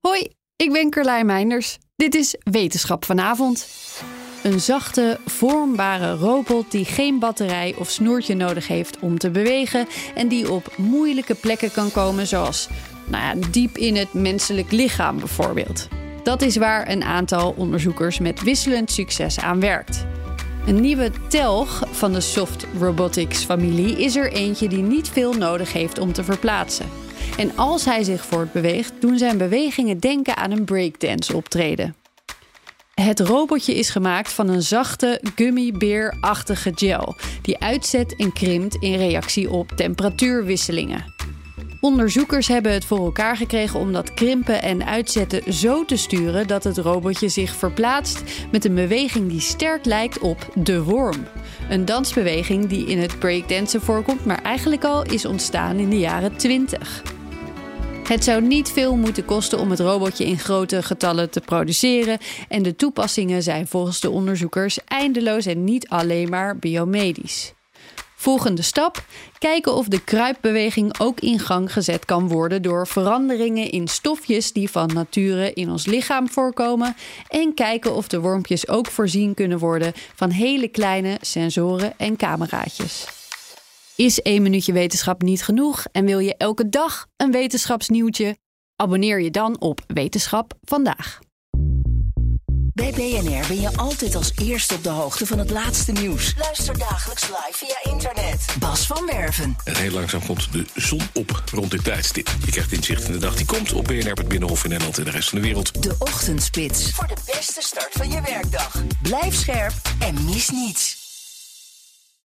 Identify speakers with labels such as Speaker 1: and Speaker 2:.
Speaker 1: Hoi, ik ben Carlijn Meinders. Dit is Wetenschap vanavond. Een zachte, vormbare robot die geen batterij of snoertje nodig heeft om te bewegen en die op moeilijke plekken kan komen zoals nou ja, diep in het menselijk lichaam bijvoorbeeld. Dat is waar een aantal onderzoekers met wisselend succes aan werkt. Een nieuwe telg van de soft robotics familie is er eentje die niet veel nodig heeft om te verplaatsen. En als hij zich voortbeweegt, doen zijn bewegingen denken aan een breakdance optreden. Het robotje is gemaakt van een zachte gummybeerachtige gel die uitzet en krimpt in reactie op temperatuurwisselingen. Onderzoekers hebben het voor elkaar gekregen om dat krimpen en uitzetten zo te sturen dat het robotje zich verplaatst met een beweging die sterk lijkt op de worm. Een dansbeweging die in het breakdansen voorkomt, maar eigenlijk al is ontstaan in de jaren 20. Het zou niet veel moeten kosten om het robotje in grote getallen te produceren en de toepassingen zijn volgens de onderzoekers eindeloos en niet alleen maar biomedisch. Volgende stap: kijken of de kruipbeweging ook in gang gezet kan worden door veranderingen in stofjes die van nature in ons lichaam voorkomen. En kijken of de wormpjes ook voorzien kunnen worden van hele kleine sensoren en cameraatjes. Is één minuutje wetenschap niet genoeg en wil je elke dag een wetenschapsnieuwtje? Abonneer je dan op Wetenschap vandaag.
Speaker 2: Bij BNR ben je altijd als eerste op de hoogte van het laatste nieuws. Luister dagelijks live via internet. Bas van Werven.
Speaker 3: En heel langzaam komt de zon op rond dit tijdstip. Je krijgt inzicht in de dag die komt op BNR, het Binnenhof in Nederland en de rest van de wereld.
Speaker 2: De Ochtendspits. Voor de beste start van je werkdag. Blijf scherp en mis niets.